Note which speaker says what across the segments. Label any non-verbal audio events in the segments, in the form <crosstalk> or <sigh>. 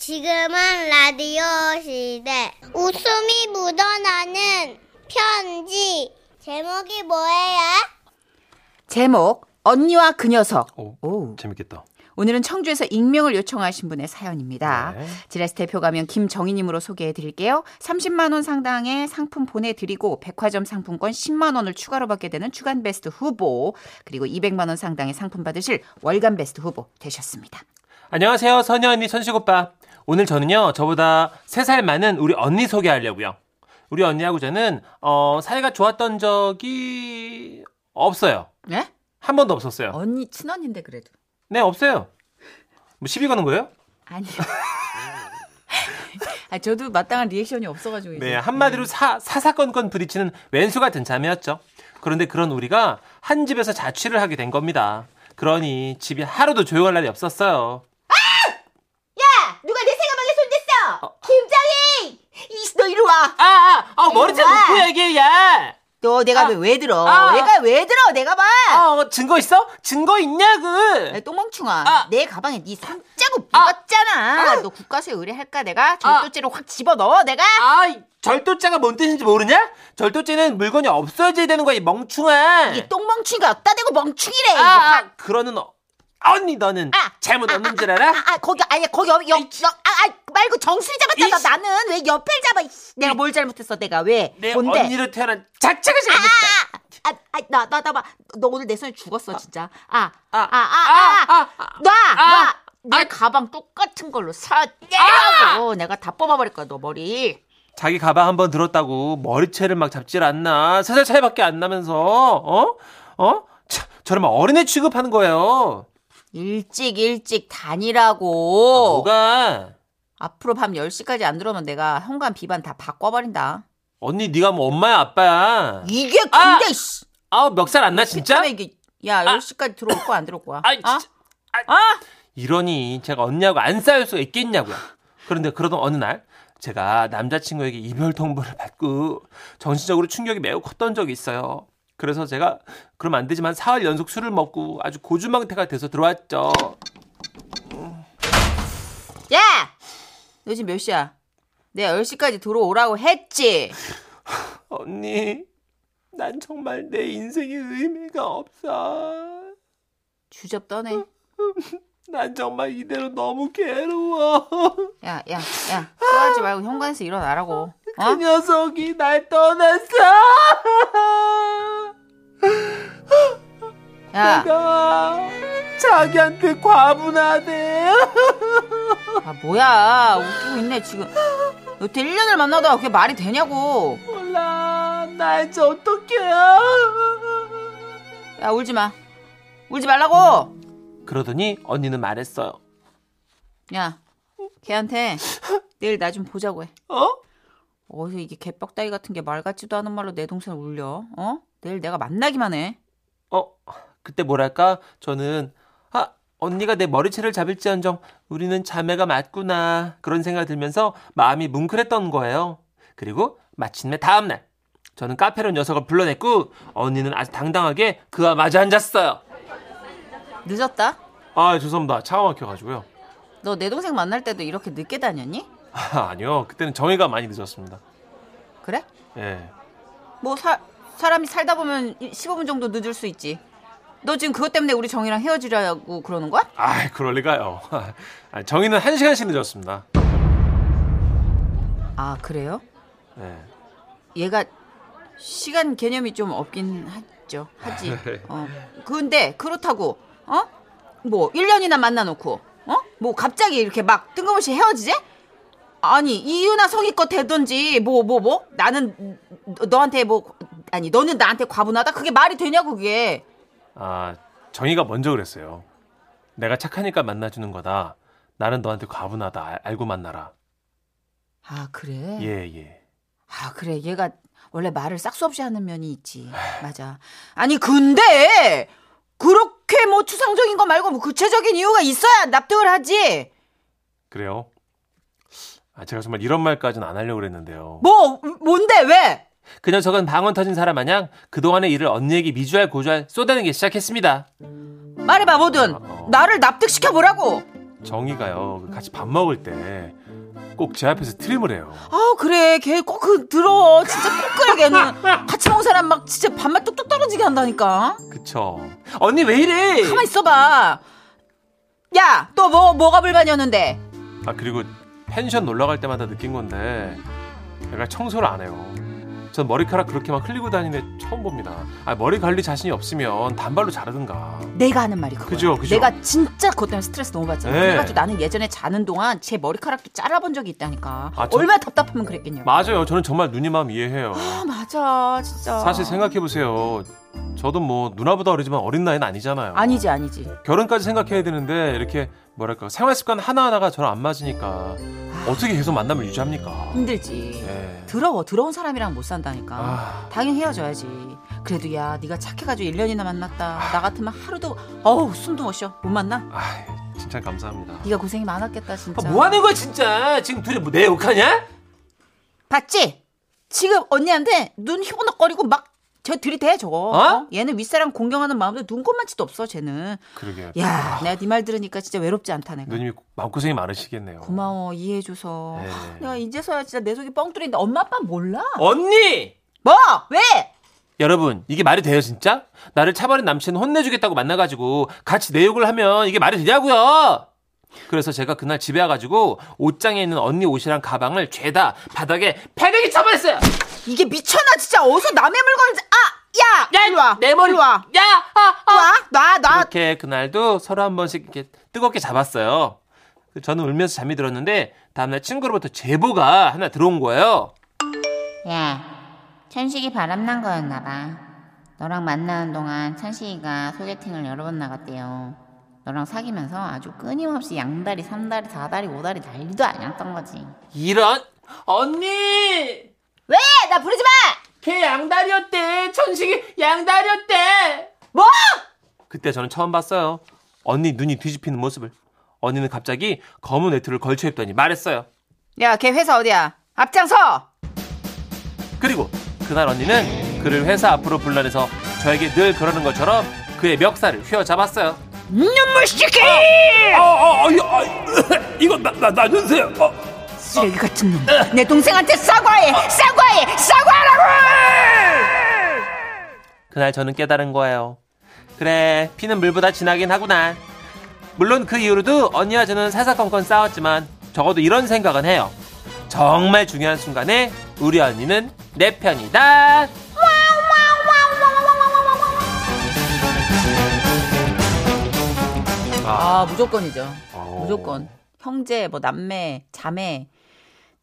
Speaker 1: 지금은 라디오 시대. 웃음이 묻어나는 편지. 제목이 뭐예요?
Speaker 2: 제목 언니와 그 녀석.
Speaker 3: 오,
Speaker 2: 오.
Speaker 3: 재밌겠다.
Speaker 2: 오늘은 청주에서 익명을 요청하신 분의 사연입니다.
Speaker 3: 네.
Speaker 2: 지라스 대표 가면 김정희님으로 소개해 드릴게요. 30만 원 상당의 상품 보내드리고 백화점 상품권 10만 원을 추가로 받게 되는 주간 베스트 후보 그리고 200만 원 상당의 상품 받으실 월간 베스트 후보 되셨습니다.
Speaker 3: 안녕하세요, 선녀 언니 천식 오빠. 오늘 저는요, 저보다 3살 많은 우리 언니 소개하려고요. 우리 언니하고 저는 어, 사이가 좋았던 적이 없어요.
Speaker 2: 예?
Speaker 3: 한 번도 없었어요.
Speaker 2: 언니 친언니인데 그래도
Speaker 3: 네, 없어요. 뭐 시비 거는 거예요?
Speaker 2: 아니요. <laughs> 아, 저도 마땅한 리액션이 없어가지고 이제.
Speaker 3: 네, 한마디로 사, 사사건건 부딪히는 왼수 같은 자매였죠. 그런데 그런 우리가 한 집에서 자취를 하게 된 겁니다. 그러니 집이 하루도 조용할 날이 없었어요.
Speaker 2: 아,
Speaker 4: 누가 내 생각방에 손댔어? 김정희! 이씨 너 이리 와.
Speaker 3: 아, 아, 아 머리채
Speaker 4: 와.
Speaker 3: 놓고 얘기해, 야!
Speaker 4: 너 내가
Speaker 3: 아.
Speaker 4: 왜, 왜 들어?
Speaker 3: 아.
Speaker 4: 내가 왜 들어? 내가 봐.
Speaker 3: 아, 어, 증거 있어? 증거 있냐고!
Speaker 4: 야, 똥멍충아,
Speaker 3: 아.
Speaker 4: 내 가방에 네 손자국 묻었잖아. 너 국가세 의뢰할까 내가 절도죄로 확 집어 넣어 내가.
Speaker 3: 아, 이 절도죄가 뭔 뜻인지 모르냐? 절도죄는 물건이 없어져야 되는 거야, 이 멍충아!
Speaker 4: 이게 똥멍충이가 없다 대고 멍충이래.
Speaker 3: 아,
Speaker 4: 이거 확.
Speaker 3: 아, 그러는 어, 언니 너는
Speaker 4: 아.
Speaker 3: 잘못 없는 줄
Speaker 4: 아,
Speaker 3: 알아?
Speaker 4: 아, 거기 아니야 거기 여, 여, 여, 아, 아 말고 정수리 잡았잖아
Speaker 3: 이씨.
Speaker 4: 나는 왜 옆에 잡아 이씨. 내가 뭘 잘못했어 내가 왜
Speaker 3: 내
Speaker 4: 뭔데 아.
Speaker 3: 언니로 태어난 자체가 잘못했다!
Speaker 2: 아,
Speaker 4: 아아나나나봐너 오늘 내 손에 죽었어 진짜
Speaker 3: 아, 아, 아, 아.
Speaker 4: 아아아아놔놔내
Speaker 3: 아.
Speaker 4: 가방 똑같은 걸로 사
Speaker 2: 예!
Speaker 4: 떼라고 내가 다 뽑아버릴 거야 너 머리
Speaker 3: 자기 가방 한 번 들었다고 머리채를 막 잡질 않나. 세살 차이밖에 안 나면서, 어? 어? 차, 저러면 어린애 취급하는 거예요.
Speaker 4: 일찍 일찍 다니라고
Speaker 3: 아, 뭐가?
Speaker 2: 앞으로 밤 10시까지 안 들어오면 내가 현관 비반 다 바꿔버린다.
Speaker 3: 언니, 네가 뭐 엄마야, 아빠야.
Speaker 4: 이게
Speaker 3: 아.
Speaker 4: 근데 씨
Speaker 3: 아우, 멱살 안 나, 진짜? 아.
Speaker 2: 그다음에 이게 야 10시까지 들어올 거야 안 들어올 거야?
Speaker 3: 아이, 진짜.
Speaker 2: 어?
Speaker 3: 이러니 제가 언니하고 안 싸울 수가 있겠냐고요. 그런데 그러던 어느 날 제가 남자친구에게 이별 통보를 받고 정신적으로 충격이 매우 컸던 적이 있어요. 그래서 제가 그럼 안 되지만 사흘 연속 술을 먹고 아주 고주망태가 돼서 들어왔죠.
Speaker 4: 야
Speaker 2: 예! 너 지금 몇 시야? 내가 10시까지 들어오라고 했지.
Speaker 3: 언니, 난 정말 내 인생에 의미가 없어.
Speaker 2: 주접 떠네.
Speaker 3: 난 정말 이대로 너무 괴로워.
Speaker 2: 야, 야, 야. 싸우지 말고 현관에서 일어나라고.
Speaker 3: 그
Speaker 2: 어?
Speaker 3: 녀석이 날 떠났어.
Speaker 2: 야,
Speaker 3: 내가 자기한테 과분하대.
Speaker 2: 아, 뭐야. 웃기고 있네, 지금. 여태 1년을 만나다가 그게 말이 되냐고.
Speaker 3: 몰라. 나 이제 어떡해요.
Speaker 2: 야, 울지 마. 울지 말라고!
Speaker 3: 그러더니 언니는 말했어요.
Speaker 2: 야, 걔한테 내일 나 좀 보자고 해.
Speaker 3: 어?
Speaker 2: 어디서 이게 개뻑다이 같은 게 말 같지도 않은 말로 내 동생을 울려. 어? 내일 내가 만나기만 해.
Speaker 3: 어, 그때 뭐랄까? 저는, 아, 언니가 내 머리채를 잡을지언정 우리는 자매가 맞구나. 그런 생각이 들면서 마음이 뭉클했던 거예요. 그리고 마침내 다음날. 저는 카페로 녀석을 불러냈고, 언니는 아주 당당하게 그와 마주 앉았어요.
Speaker 2: 늦었다?
Speaker 3: 아, 죄송합니다. 차가 막혀가지고요.
Speaker 2: 너 내 동생 만날 때도 이렇게 늦게 다녔니?
Speaker 3: 아, 아니요. 그때는 정의가 많이 늦었습니다.
Speaker 2: 그래?
Speaker 3: 예.
Speaker 2: 뭐 사, 사람이 살다 보면 15분 정도 늦을 수 있지. 너 지금 그것 때문에 우리 정이랑 헤어지려고 그러는 거야?
Speaker 3: 아, 그럴리가요. <laughs> 아, 정의는 한 시간씩 늦었습니다.
Speaker 2: 아, 그래요?
Speaker 3: 예.
Speaker 2: 얘가 시간 개념이 좀 없긴 하죠. 하지. 어. 근데 그렇다고 어? 뭐 1년이나 만나 놓고 어? 뭐 갑자기 이렇게 막 뜬금없이 헤어지지? 아니, 이유나 성의껏 되든지 뭐 뭐 뭐 나는 너- 너한테 뭐 아니, 너는 나한테 과분하다. 그게 말이 되냐고 그게.
Speaker 3: 아, 정의가 먼저 그랬어요. 내가 착하니까 만나주는 거다. 나는 너한테 과분하다. 알- 알고 만나라.
Speaker 2: 아, 그래.
Speaker 3: 예, 예.
Speaker 2: 아, 그래. 얘가 원래 말을 싹수 없이 하는 면이 있지. 맞아. 아니, 근데 그렇게 뭐 추상적인 거 말고 뭐 구체적인 이유가 있어야 납득을 하지.
Speaker 3: 그래요? 아, 제가 정말 이런 말까지는 안 하려고 그랬는데요.
Speaker 2: 뭐 뭔데 왜?
Speaker 3: 그 녀석은 방언 터진 사람 마냥 그동안의 일을 언니에게 미주알 고주알 쏟아내기 시작했습니다.
Speaker 2: 말해봐 뭐든 나를 납득시켜 보라고.
Speaker 3: 정이가요 같이 밥 먹을 때 꼭 제 앞에서 트림을 해요.
Speaker 2: 아 그래 걔 꼭 그 들어 진짜 꼭 그래 걔는 같이 먹은 사람 막 진짜 밥맛 뚝뚝 떨어지게 한다니까
Speaker 3: 그쵸? 언니 왜 이래?
Speaker 2: 가만 있어봐 야 또 뭐 뭐가 불만이었는데
Speaker 3: 아 그리고 펜션 놀러 갈 때마다 느낀 건데 내가 청소를 안 해요. 전 머리카락 그렇게 막 흘리고 다니는 애 처음 봅니다. 아 머리 관리 자신이 없으면 단발로 자르든가.
Speaker 2: 내가 하는 말이 그거야
Speaker 3: 그죠, 그죠.
Speaker 2: 내가 진짜 그것 때문에 스트레스 너무 받잖아
Speaker 3: 네.
Speaker 2: 그래가지고 나는 예전에 자는 동안 제 머리카락도 잘라본 적이 있다니까
Speaker 3: 아, 저-
Speaker 2: 얼마나 답답하면 그랬겠냐고
Speaker 3: 맞아요. 저는 정말 누님 마음 이해해요.
Speaker 2: 아 맞아 진짜
Speaker 3: 사실 생각해 보세요. 저도 뭐 누나보다 어리지만 어린 나이는 아니잖아요.
Speaker 2: 아니지 아니지
Speaker 3: 결혼까지 생각해야 되는데 이렇게 뭐랄까 생활 습관 하나 하나가 저랑 안 맞으니까 어떻게 계속 만남을 유지합니까?
Speaker 2: 힘들지
Speaker 3: 예.
Speaker 2: 더러워 더러운 사람이랑 못 산다니까
Speaker 3: 아.
Speaker 2: 당연히 헤어져야지 그래도 야 네가 착해가지고 1년이나 만났다 나 같으면 하루도 어우 숨도 못 쉬어 못 만나
Speaker 3: 아, 진짜 감사합니다. 아, 뭐
Speaker 2: 네가 고생이 많았겠다 진짜
Speaker 3: 하는 거야 진짜? 지금 둘이 뭐 내 욕하냐?
Speaker 2: 봤지? 지금 언니한테 눈 휘번덕거리고 막저 들이대 저거 어? 얘는 윗사람 공경하는 마음도 눈꽃만치도 없어 쟤는
Speaker 3: 그러게요.
Speaker 2: 야 내가 네 말 들으니까 진짜 외롭지 않다 내가
Speaker 3: 누님이 마음고생이 많으시겠네요.
Speaker 2: 고마워 이해해줘서
Speaker 3: 네.
Speaker 2: 하, 내가 이제서야 진짜 내 속이 뻥 뚫린다 엄마 아빠 몰라?
Speaker 3: 언니!
Speaker 2: 뭐? 왜?
Speaker 3: 여러분 이게 말이 돼요 진짜? 나를 차버린 남친 혼내주겠다고 만나가지고 같이 내 욕을 하면 이게 말이 되냐고요 그래서 제가 그날 집에 와가지고 옷장에 있는 언니 옷이랑 가방을 죄다 바닥에 패대기 쳐버렸어요
Speaker 2: 이게 미쳤나 진짜 어디서 남의 물건을 자- 아! 야!
Speaker 3: 야,
Speaker 2: 일로 와.
Speaker 3: 내 머리
Speaker 2: 일로 와.
Speaker 3: 야! 아, 아.
Speaker 2: 와. 놔. 놔.
Speaker 3: 이렇게 그날도 서로 한 번씩 이렇게 뜨겁게 잡았어요 그 저는 울면서 잠이 들었는데 다음날 친구로부터 제보가 하나 들어온 거예요
Speaker 5: 야, 천식이 바람난 거였나 봐. 너랑 만나는 동안 천식이가 소개팅을 여러 번 나갔대요. 너랑 사귀면서 아주 끊임없이 양다리, 삼다리, 사다리, 오다리 난리도 아니었던 거지.
Speaker 3: 이런 언니
Speaker 4: 야, 나 부르지 마!
Speaker 3: 걔 양다리였대. 천식이 양다리였대.
Speaker 2: 뭐?
Speaker 3: 그때 저는 처음 봤어요. 언니 눈이 뒤집히는 모습을. 언니는 갑자기 검은 외투를 걸쳐 입더니 말했어요.
Speaker 2: 야, 걔 회사 어디야? 앞장서.
Speaker 3: 그리고 그날 언니는 그를 회사 앞으로 불러내서 저에게 늘 그러는 것처럼 그의 멱살을 휘어잡았어요.
Speaker 2: 눈물 시키! 어,
Speaker 3: 아, 아, 이 이거 나, 나, 나 주세요. 어.
Speaker 2: 쓰레기 같은 놈. 내 동생한테 사과해. 사과해. 사과하라고!
Speaker 3: 그날 저는 깨달은 거예요. 그래, 피는 물보다 진하긴 하구나. 물론 그 이후로도 언니와 저는 사사건건 싸웠지만 적어도 이런 생각은 해요. 정말 중요한 순간에 우리 언니는 내 편이다.
Speaker 2: 아, 무조건이죠.
Speaker 3: 어,
Speaker 2: 무조건. 형제, 뭐 남매, 자매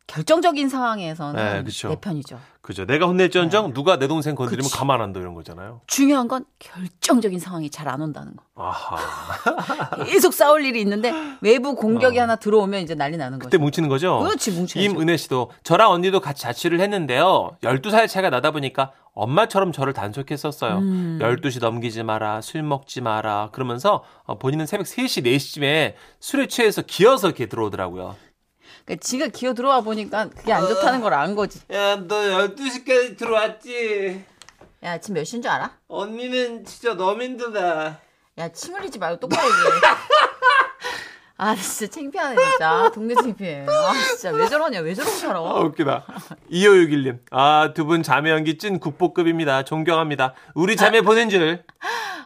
Speaker 2: 결정적인
Speaker 3: 네,
Speaker 2: 상황에서는
Speaker 3: 그쵸.
Speaker 2: 내 편이죠.
Speaker 3: 그죠. 내가 혼낼지언정 누가 내 동생 건드리면
Speaker 2: 네. 그치.
Speaker 3: 가만 안 둬 이런 거잖아요.
Speaker 2: 중요한 건 결정적인 상황이 잘 안 온다는 거.
Speaker 3: 아하.
Speaker 2: 계속 싸울 일이 있는데 외부 공격이 하나 들어오면 이제 난리 나는 거죠.
Speaker 3: 그때 뭐. 뭉치는 거죠?
Speaker 2: 그렇지, 뭉쳐야죠.
Speaker 3: 임은혜 씨도 저랑 언니도 같이 자취를 했는데요. 12살 차이가 나다 보니까 엄마처럼 저를 단속했었어요.
Speaker 2: 음.
Speaker 3: 12시 넘기지 마라, 술 먹지 마라. 그러면서 어, 본인은 새벽 3시, 4시쯤에 술에 취해서 기어서 이렇게 들어오더라고요.
Speaker 2: 그러니까 지가 기어 들어와 보니까 그게 안 좋다는 걸 안 거지.
Speaker 3: 야, 너 12시까지 들어왔지?
Speaker 2: 야, 지금 몇 시인 줄 알아?
Speaker 3: 언니는 진짜 너무 힘들다.
Speaker 2: 야, 침 흘리지 말고 똑바로 얘기해. <laughs> 아, 진짜 창피하네, 진짜. 동네 창피해. 아, 진짜 왜 저러냐, 왜 저러고 살아.
Speaker 3: 아, 웃기다. 2561님. 아, 두 분 자매 연기 찐 국보급입니다. 존경합니다. 우리 자매 보낸 줄.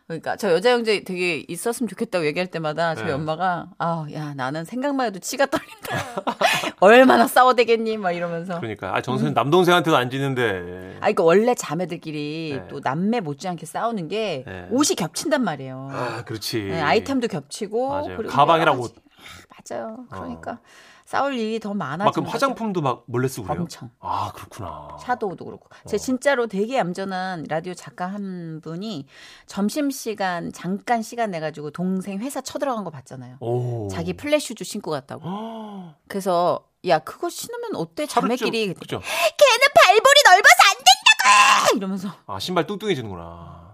Speaker 2: 그러니까 저 여자 형제 되게 있었으면 좋겠다고 얘기할 때마다 저희
Speaker 3: 네.
Speaker 2: 엄마가 아, 야, 나는 생각만 해도 치가 떨린다. <laughs> 얼마나 싸워대겠니? 막 이러면서.
Speaker 3: 그러니까. 아, 정선님 남동생한테도 안 지는데.
Speaker 2: 음. 아, 그러니까 원래 자매들끼리
Speaker 3: 네.
Speaker 2: 또 남매 못지않게 싸우는 게
Speaker 3: 네.
Speaker 2: 옷이 겹친단 말이에요.
Speaker 3: 아, 그렇지.
Speaker 2: 네, 아이템도 겹치고
Speaker 3: 맞아요.
Speaker 2: 그리고
Speaker 3: 가방이랑
Speaker 2: 여러 가지-
Speaker 3: 옷.
Speaker 2: 아, 맞아요. 그러니까 싸울 일이 더 많아지는
Speaker 3: 막 그럼
Speaker 2: 거죠.
Speaker 3: 화장품도 막 몰래 쓰고 그래요?
Speaker 2: 엄청.
Speaker 3: 아, 그렇구나.
Speaker 2: 샤도우도 그렇고.
Speaker 3: 어.
Speaker 2: 제 진짜로 되게 얌전한 라디오 작가 한 분이 점심 시간 잠깐 시간 내 가지고 동생 회사 쳐들어간 거 봤잖아요.
Speaker 3: 오.
Speaker 2: 자기 플랫슈즈 신고 갔다고.
Speaker 3: 아,
Speaker 2: 그래서 야 그거 신으면 어때
Speaker 3: 하루쯤-
Speaker 2: 자매끼리 아,
Speaker 3: 그죠.
Speaker 2: 걔는 발볼이 넓어서 안 된다고 이러면서
Speaker 3: 아, 신발 뚱뚱해지는구나.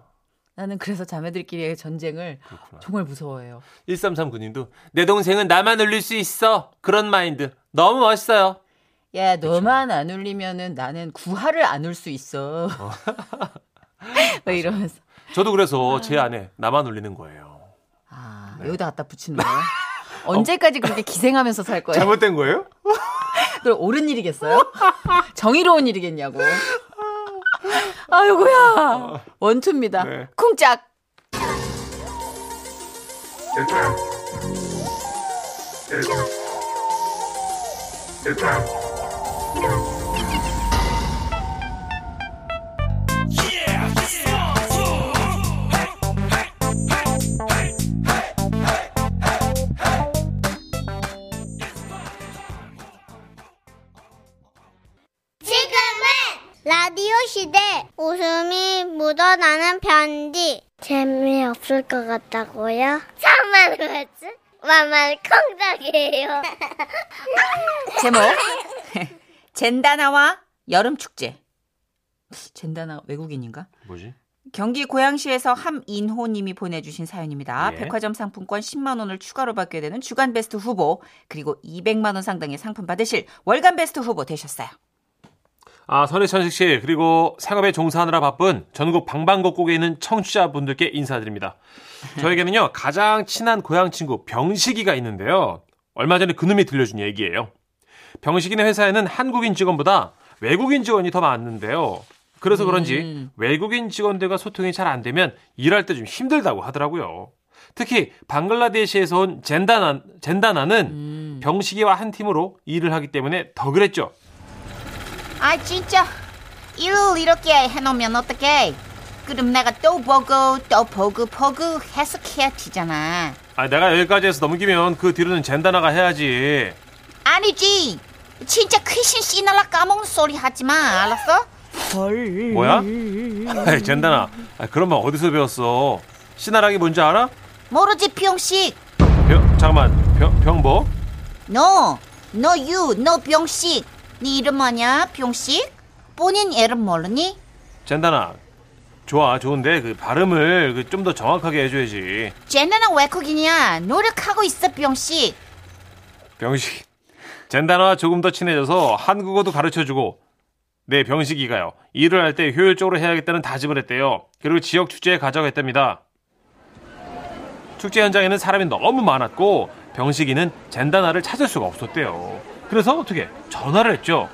Speaker 2: 나는 그래서 자매들끼리의 전쟁을
Speaker 3: 그렇구나.
Speaker 2: 정말 무서워해요.
Speaker 3: 1339님도 내 동생은 나만 울릴 수 있어. 그런 마인드. 너무 멋있어요.
Speaker 2: 야 너만 안 울리면은 나는 구하를 안 울 수 있어. <laughs> 막 이러면서
Speaker 3: 저도 그래서 제 아내 나만 울리는 거예요. 네. <laughs>
Speaker 2: 아 여기다 갖다 붙이는 거야.
Speaker 3: 어.
Speaker 2: 언제까지 그렇게 기생하면서 살 거예요?
Speaker 3: 잘못된 거예요?
Speaker 2: 그럼 옳은 일이겠어요? 정의로운 일이겠냐고. 아이고야. 원투입니다.
Speaker 3: 어. 네.
Speaker 2: 쿵짝.
Speaker 1: 지금은 라디오 시대 웃음이 묻어나는 편지 재미없을 것 같다고요? 참만 그랬지? 만만 콩닥이에요
Speaker 2: <laughs> 제목. 젠다나와 여름축제. 젠다나 외국인인가?
Speaker 3: 뭐지?
Speaker 2: 경기 고양시에서 함인호님이 보내주신 사연입니다.
Speaker 3: 예.
Speaker 2: 백화점 상품권 10만 원을 추가로 받게 되는 주간 베스트 후보 그리고 200만 원 상당의 상품 받으실 월간 베스트 후보 되셨어요.
Speaker 3: 아, 선희천식 씨, 그리고 생업에 종사하느라 바쁜 전국 방방곡곡에 있는 청취자분들께 인사드립니다. 저에게는요, 가장 친한 고향 친구 병식이가 있는데요. 얼마 전에 그놈이 들려준 얘기예요. 병식이네 회사에는 한국인 직원보다 외국인 직원이 더 많는데요. 그래서 그런지 외국인 직원들과 소통이 잘 안 되면 일할 때 좀 힘들다고 하더라고요. 특히 방글라데시에서 온 젠다나, 젠다나는 병식이와 한 팀으로 일을 하기 때문에 더 그랬죠.
Speaker 5: 아 진짜 일을 이렇게 해놓으면 어떡해 그럼 내가 또 보고 또 보고 보고 해서 해야 되잖아
Speaker 3: 아, 내가 여기까지 해서 넘기면 그 뒤로는 젠다나가 해야지.
Speaker 5: 아니지 진짜 귀신 씨나라 까먹는 소리 하지마 알았어?
Speaker 3: 뭐야? 아이, 젠다나. 아, 그런 말 어디서 배웠어? 시나락이 뭔지 알아?
Speaker 5: 모르지 병식
Speaker 3: 병, 잠깐만. 병, 병 뭐?
Speaker 5: 너, 너 유, 너 병식. 네 이름 뭐냐, 병식? 본인 이름 모르니?
Speaker 3: 젠다나. 좋아, 좋은데 그 발음을 좀 더 정확하게 해줘야지.
Speaker 5: 쟤네는 외국인이야. 노력하고 있어, 병식.
Speaker 3: 병식. 젠다나와 조금 더 친해져서 한국어도 가르쳐주고. 네, 병식이가요. 일을 할 때 효율적으로 해야겠다는 다짐을 했대요. 그리고 지역 축제에 가져가겠답니다. 축제 현장에는 사람이 너무 많았고 병식이는 젠다나를 찾을 수가 없었대요. 그래서 어떻게 전화를 했죠.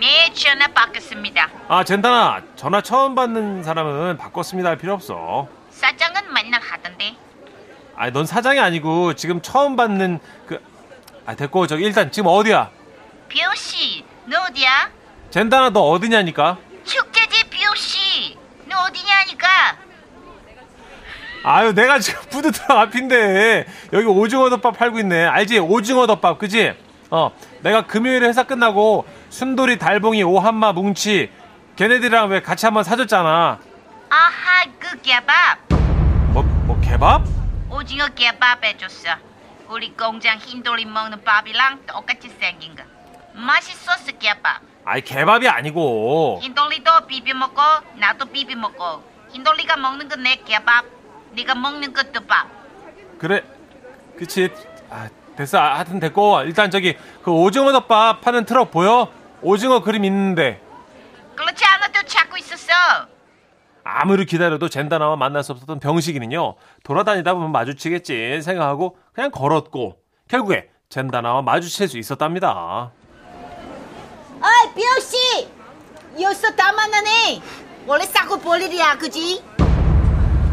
Speaker 5: 네, 전화 바꿨습니다.
Speaker 3: 아 젠다나 전화 처음 받는 사람은 바꿨습니다 할 필요 없어.
Speaker 5: 사장은 맨날 하던데.
Speaker 3: 아니 넌 사장이 아니고 지금 처음 받는 그. 아 됐고 저기 일단 지금 어디야?
Speaker 5: 병식, 너 어디야?
Speaker 3: 젠다나 너 어디냐니까.
Speaker 5: 축제지, 병식. 너 어디냐니까?
Speaker 3: 아유 내가 지금 <laughs> 푸드트럭 앞인데 여기 오징어 덮밥 팔고 있네 알지 오징어 덮밥 그지 어 내가 금요일에 회사 끝나고 순돌이 달봉이 오한마 뭉치 걔네들이랑 왜 같이 한번 사줬잖아
Speaker 5: 아하, 그 개밥.
Speaker 3: 뭐, 뭐 개밥?
Speaker 5: 오징어 개밥 해줬어. 우리 공장 흰돌이 먹는 밥이랑 똑같이 생긴 거. 맛있었어, 개밥.
Speaker 3: 아이 개밥이 아니고
Speaker 5: 흰돌이도 비벼 먹고 나도 비벼 먹고 흰돌이가 먹는 건 내 개밥 네가 먹는 것도 밥
Speaker 3: 그래 그치 아 됐어 아, 하여튼 됐고 일단 저기 그 오징어 덮밥 파는 트럭 보여? 오징어 그림 있는데
Speaker 5: 그렇지 않아도 찾고 있었어
Speaker 3: 아무리 기다려도 젠다나와 만날 수 없었던 병식이는요 돌아다니다 보면 마주치겠지 생각하고 그냥 걸었고 결국에 젠다나와 마주칠 수 있었답니다
Speaker 4: 아이 병씨 여기서 다 만나네 원래 싸고 볼 일이야 그지?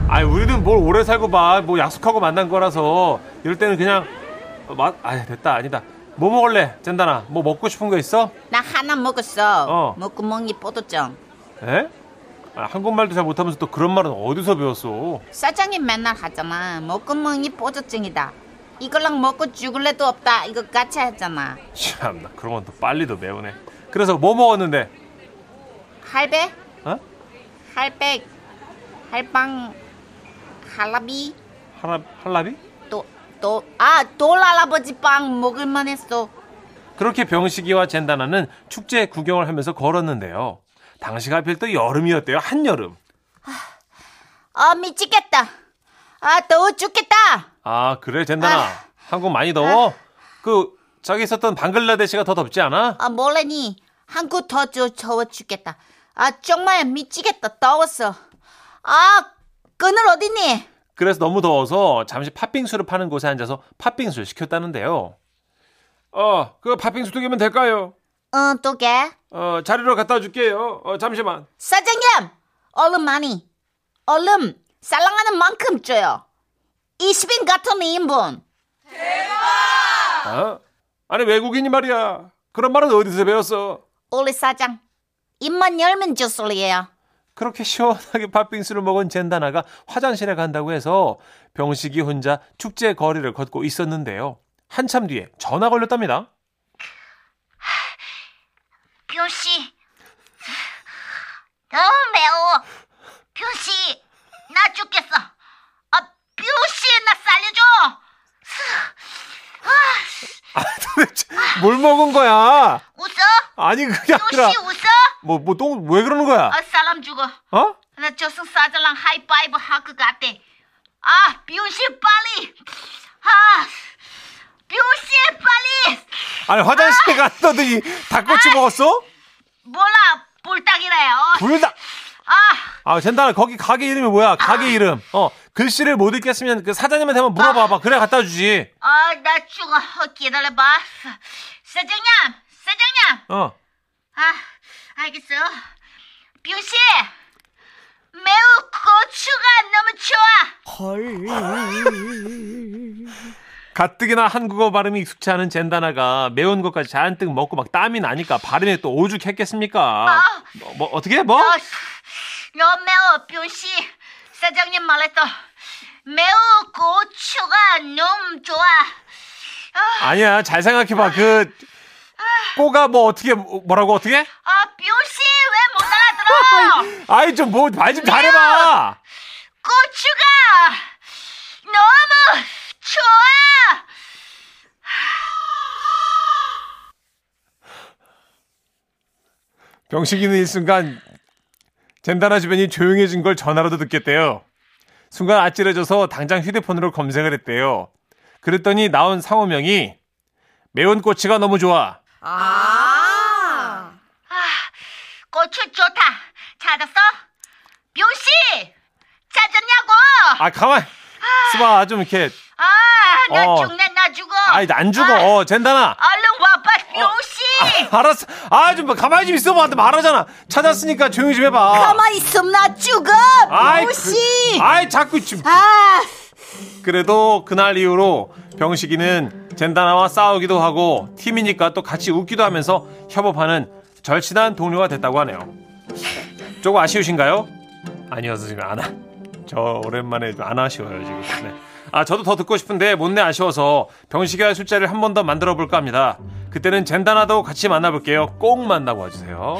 Speaker 3: 아이 우리는 뭘 오래 살고 봐뭐 약속하고 만난 거라서 이럴 때는 그냥 어, 맛 아이 됐다 아니다 뭐 먹을래 젠다나 뭐 먹고 싶은 거 있어?
Speaker 5: 나 하나 먹었어
Speaker 3: 어.
Speaker 5: 먹고 먹니 포도정
Speaker 3: 에? 아, 한국말도 잘 못하면서 또 그런 말은 어디서 배웠어
Speaker 5: 사장님 맨날 하잖아 먹고 먹니 포도정이다 이거랑 먹고 죽을래도 없다 이거 같이 하잖아
Speaker 3: 참나 그런 건 또 빨리 더 매우네 그래서 뭐 먹었는데
Speaker 5: 할배
Speaker 3: 어?
Speaker 5: 할백 할방 할라비
Speaker 3: 할라, 할라비?
Speaker 5: 또또아 돌할아버지 빵 먹을만 했어
Speaker 3: 그렇게 병식이와 젠다나는 축제 구경을 하면서 걸었는데요. 당시가 하필 또 여름이었대요. 한여름.
Speaker 5: 아 미치겠다. 아 더워 죽겠다.
Speaker 3: 아 그래 젠다나. 한국 많이 더워? 그 저기 있었던 방글라데시가 더 덥지 않아?
Speaker 5: 아 몰래니 한국 더 저, 더워 죽겠다. 아 정말 미치겠다. 더웠어. 아 그늘 어디니?
Speaker 3: 그래서 너무 더워서 잠시 팥빙수를 파는 곳에 앉아서 팥빙수를 시켰다는데요. 어, 그 팥빙수 두 개면 될까요?
Speaker 6: 응, 또 개.
Speaker 3: 어, 자리로 갖다 줄게요. 어, 잠시만.
Speaker 7: 사장님!
Speaker 6: 얼른 많이.
Speaker 7: 얼른 사랑하는 만큼 줘요.
Speaker 6: 20인 같은 2인분.
Speaker 3: 어? 아니, 외국인이 말이야. 그런 말은 어디서 배웠어?
Speaker 6: 우리 사장. 입만 열면 줄 소리예요.
Speaker 3: 그렇게 <laughs> 시원하게 팥빙수를 먹은 젠다나가 화장실에 간다고 해서 병식이 혼자 축제 거리를 걷고 있었는데요. 한참 뒤에 전화 걸렸답니다. <laughs>
Speaker 5: 표시 너무 매워 표시 나 죽겠어 아 표시 나 살려줘
Speaker 3: 아, 도대체 뭘 먹은 거야?
Speaker 5: 웃어
Speaker 3: 아니, 그게 아니라.
Speaker 5: 표시 웃어
Speaker 3: 뭐, 뭐, 똥, 왜 그러는 거야?
Speaker 5: 아 사람 죽어
Speaker 3: 어?
Speaker 5: 나 저승 사자랑 하이파이브 할 것 같아 아 표시 빨리 아 표시 빨리
Speaker 3: 아니, 화장실에 갔더니 닭꼬치 먹었어?
Speaker 5: 몰라 불닭이래요
Speaker 3: 불닭!
Speaker 5: 아
Speaker 3: 아, 젠다나, 거기 가게 이름이 뭐야? 가게 이름. 어, 글씨를 못 읽겠으면 그 사장님한테 한번 물어봐봐. 그래, 갖다 주지.
Speaker 5: 아, 나 죽어. 어, 기다려봐. 사장님! 사장님!
Speaker 3: 어.
Speaker 5: 아, 알겠어요. 뷰씨! 매우 고추가 너무 좋아!
Speaker 3: 가뜩이나 한국어 발음이 익숙치 않은 젠다나가 매운 것까지 잔뜩 먹고 막 땀이 나니까 발음이 또 오죽했겠습니까? 뭐, 뭐 어떻게 뭐?
Speaker 5: 어, 너무 매워, 뷰씨. 사장님 말했어. 매우 고추가 너무 좋아.
Speaker 3: 아니야 잘 생각해봐 그 꼬가 뭐 어떻게 뭐- 뭐라고 어떻게?
Speaker 5: 아, 뷰씨! 왜 못 알아들어?
Speaker 3: 아이 좀 뭐 말 좀 잘해봐.
Speaker 5: 고추가 너무 좋아!
Speaker 3: 병식이는 일순간 젠다나 주변이 조용해진 걸 전화로도 느꼈대요. 순간 아찔해져서 당장 휴대폰으로 검색을 했대요. 그랬더니 나온 상호명이 매운 꼬치가 너무 좋아.
Speaker 5: 아. 고추 좋다. 찾았어? 뿅씨! 찾았냐고!
Speaker 3: 아 가만 수바 좀 이렇게
Speaker 5: 아, 나
Speaker 3: 어.
Speaker 5: 죽네, 나 죽어.
Speaker 3: 아이 안 죽어 젠다나
Speaker 5: 얼른 와봐, 뿅씨!
Speaker 3: 알았어 아좀 가만히 좀 있어봐 나한테 말하잖아 찾았으니까 조용히 좀 해봐
Speaker 7: 가만히 있으면 나 죽어!
Speaker 3: 아. 아이,
Speaker 7: 병씨!
Speaker 3: 그- 아이 자꾸 지금
Speaker 7: 아,
Speaker 3: 그래도 그날 이후로 병식이는 젠다나와 싸우기도 하고 팀이니까 또 같이 웃기도 하면서 협업하는 절친한 동료가 됐다고 하네요 조금 아쉬우신가요? 아니요 지금 안저 오랜만에 좀 안 아쉬워요 지금 네. 아 저도 더 듣고 싶은데 못내 아쉬워서 병식이와 술자리를 한 번 더 만들어 볼까 합니다 그때는 젠다나도 같이 만나볼게요 꼭 만나고 와주세요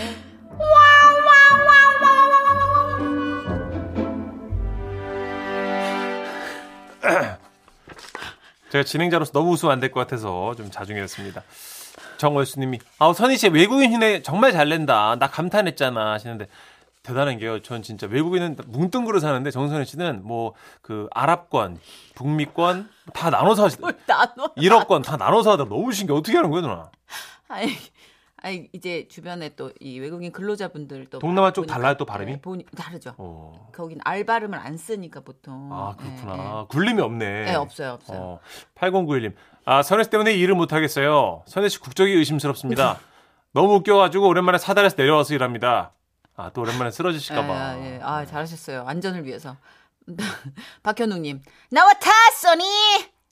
Speaker 3: 제가 진행자로서 너무 웃으면 안 될 것 같아서 좀 자중했습니다. 정월수님이 아우 선희 씨 외국인 흉내 정말 잘 낸다. 나 감탄했잖아 하시는데 대단한 게요. 전 진짜 외국인은 뭉뚱그려 사는데 정선희 씨는 뭐 그 아랍권, 북미권 다 나눠서 하시.
Speaker 2: 나눠.
Speaker 3: 일어권 다 나눠서 하다 너무 신기해. 어떻게 하는 거야 누나?
Speaker 2: 아니, 아니 이제 주변에 또 이 외국인 근로자분들 또
Speaker 3: 동남아 쪽
Speaker 2: 보니까,
Speaker 3: 달라요, 또 발음이?
Speaker 2: 네, 보니 다르죠.
Speaker 3: 어.
Speaker 2: 거긴 알 발음을 안 쓰니까 보통.
Speaker 3: 아 그렇구나.
Speaker 2: 네, 네.
Speaker 3: 굴림이 없네.
Speaker 2: 네, 없어요, 없어요.
Speaker 3: 어, 8091님. 아, 선혜 씨 때문에 일을 못하겠어요. 선혜 씨
Speaker 2: <laughs>
Speaker 3: 국적이 의심스럽습니다. 너무 웃겨가지고 오랜만에 사다리에서 내려와서 일합니다. 아, 또 오랜만에 쓰러지실까봐. 네.
Speaker 2: 아, 예. 아, 잘하셨어요. 안전을 위해서. <laughs> 박현웅님, 나와 타, 써니!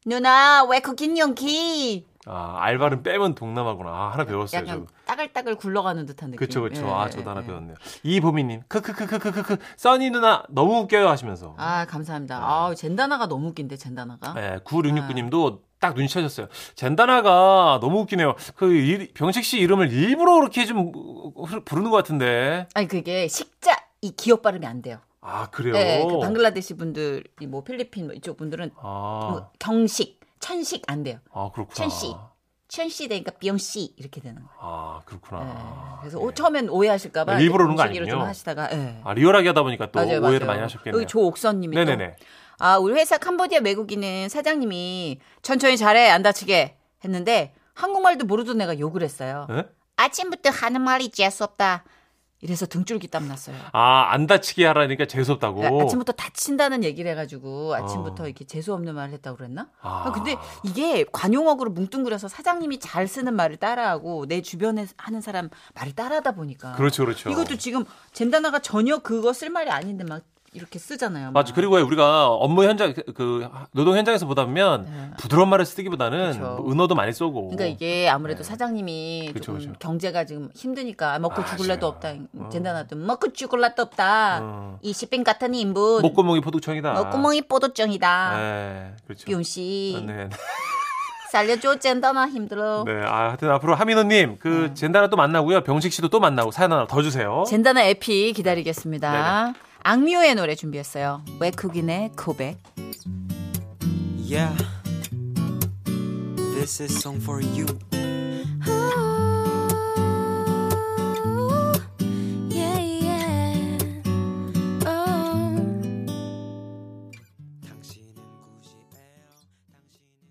Speaker 2: 누나, 왜 거긴 용기?
Speaker 3: 아, 알바는 빼면 동남아구나. 아, 하나 배웠어요,
Speaker 2: 약간
Speaker 3: 저.
Speaker 2: 따글따글 굴러가는 듯한 느낌.
Speaker 3: 그쵸, 그쵸.
Speaker 2: 예,
Speaker 3: 아,
Speaker 2: 예,
Speaker 3: 저도 하나
Speaker 2: 예.
Speaker 3: 배웠네요. 이보미님, 크크크크크크크, 써니 누나, 너무 웃겨요 하시면서.
Speaker 2: 아, 감사합니다.
Speaker 3: 네.
Speaker 2: 아우, 젠다나가 너무 웃긴데, 젠다나가.
Speaker 3: 예, 9669님도
Speaker 2: 아.
Speaker 3: 딱 눈치채셨어요. 젠다나가 너무 웃기네요. 그, 일- 병식 씨 이름을 일부러 그렇게 좀 흐- 부르는 것 같은데.
Speaker 2: 아니, 그게 식자, 이 기업 발음이 안 돼요.
Speaker 3: 아, 그래요?
Speaker 2: 예, 그 방글라데시 분들, 이 뭐 필리핀 뭐 이쪽 분들은
Speaker 3: 아,
Speaker 2: 뭐 경식, 천식 안 돼요.
Speaker 3: 아, 그렇구나.
Speaker 2: 천씨. 천씨 되니까 병씨 이렇게 되는 거예요.
Speaker 3: 아 그렇구나.
Speaker 2: 예, 그래서
Speaker 3: 예.
Speaker 2: 오, 처음엔 오해하실까봐
Speaker 3: 네, 일부러 그런 거
Speaker 2: 경식으로 좀
Speaker 3: 아니군요.
Speaker 2: 하시다가 예.
Speaker 3: 아 리얼하게 하다 보니까 또
Speaker 2: 맞아요,
Speaker 3: 오해를
Speaker 2: 맞아요.
Speaker 3: 많이 하셨겠네요.
Speaker 2: 여기 조옥선님이 또,
Speaker 3: 네네네.
Speaker 2: 아 우리 회사 캄보디아 외국인은 사장님이 천천히 잘해 안 다치게 했는데 한국말도 모르던 애가 욕을 했어요.
Speaker 3: 예?
Speaker 6: 아침부터 하는 말이 재수없다.
Speaker 2: 이래서 등줄기 땀 났어요.
Speaker 3: 아, 안 다치게 하라니까 재수없다고.
Speaker 2: 아, 침부터 다친다는 얘기를 해가지고 아침부터
Speaker 3: 어.
Speaker 2: 이렇게 재수 없는 말을 했다고 그랬나?
Speaker 3: 아.
Speaker 2: 아, 근데 이게 관용어로 뭉뚱그려서 사장님이 잘 쓰는 말을 따라하고 내 주변에 하는 사람 말을 따라하다 보니까
Speaker 3: 그렇죠, 그렇죠.
Speaker 2: 이것도 지금 젠다나가 전혀 그거 쓸 말이 아닌데 막 이렇게 쓰잖아요.
Speaker 3: 맞아.
Speaker 2: 막.
Speaker 3: 그리고 왜 우리가 업무 현장, 그, 그 노동 현장에서 보다 보면 부드러운 말을 쓰기보다는
Speaker 2: 네. 그쵸.
Speaker 3: 뭐 은어도 많이 쏘고.
Speaker 2: 그렇죠. 그러니까 이게 아무래도 사장님이
Speaker 3: 네. 그쵸,
Speaker 2: 조금
Speaker 3: 그쵸.
Speaker 2: 경제가 지금 힘드니까 먹고
Speaker 3: 아,
Speaker 2: 죽을 날도 없다.
Speaker 3: 맞아요.
Speaker 2: 젠다나도 먹고 죽을 날도 없다.
Speaker 3: 어. 뭐-
Speaker 2: 이 시빙 같은 인분
Speaker 3: 목구멍이 포도청이다.
Speaker 2: 먹구멍이 아, 뽀도쩡이다.
Speaker 3: 아. 네, 그렇죠.
Speaker 2: 뿅 씨.
Speaker 3: 네.
Speaker 2: 살려줘 젠다나 힘들어. 네.
Speaker 3: 네. 아, 하여튼 앞으로 하민호님, 그 젠다나 또 만나고요. 병식 씨도 또 만나고 사연 하나 더 주세요.
Speaker 2: 젠다나 에피 기다리겠습니다. 악뮤의 노래 준비했어요. 외국인의 고백.
Speaker 8: Yeah, this is song for you.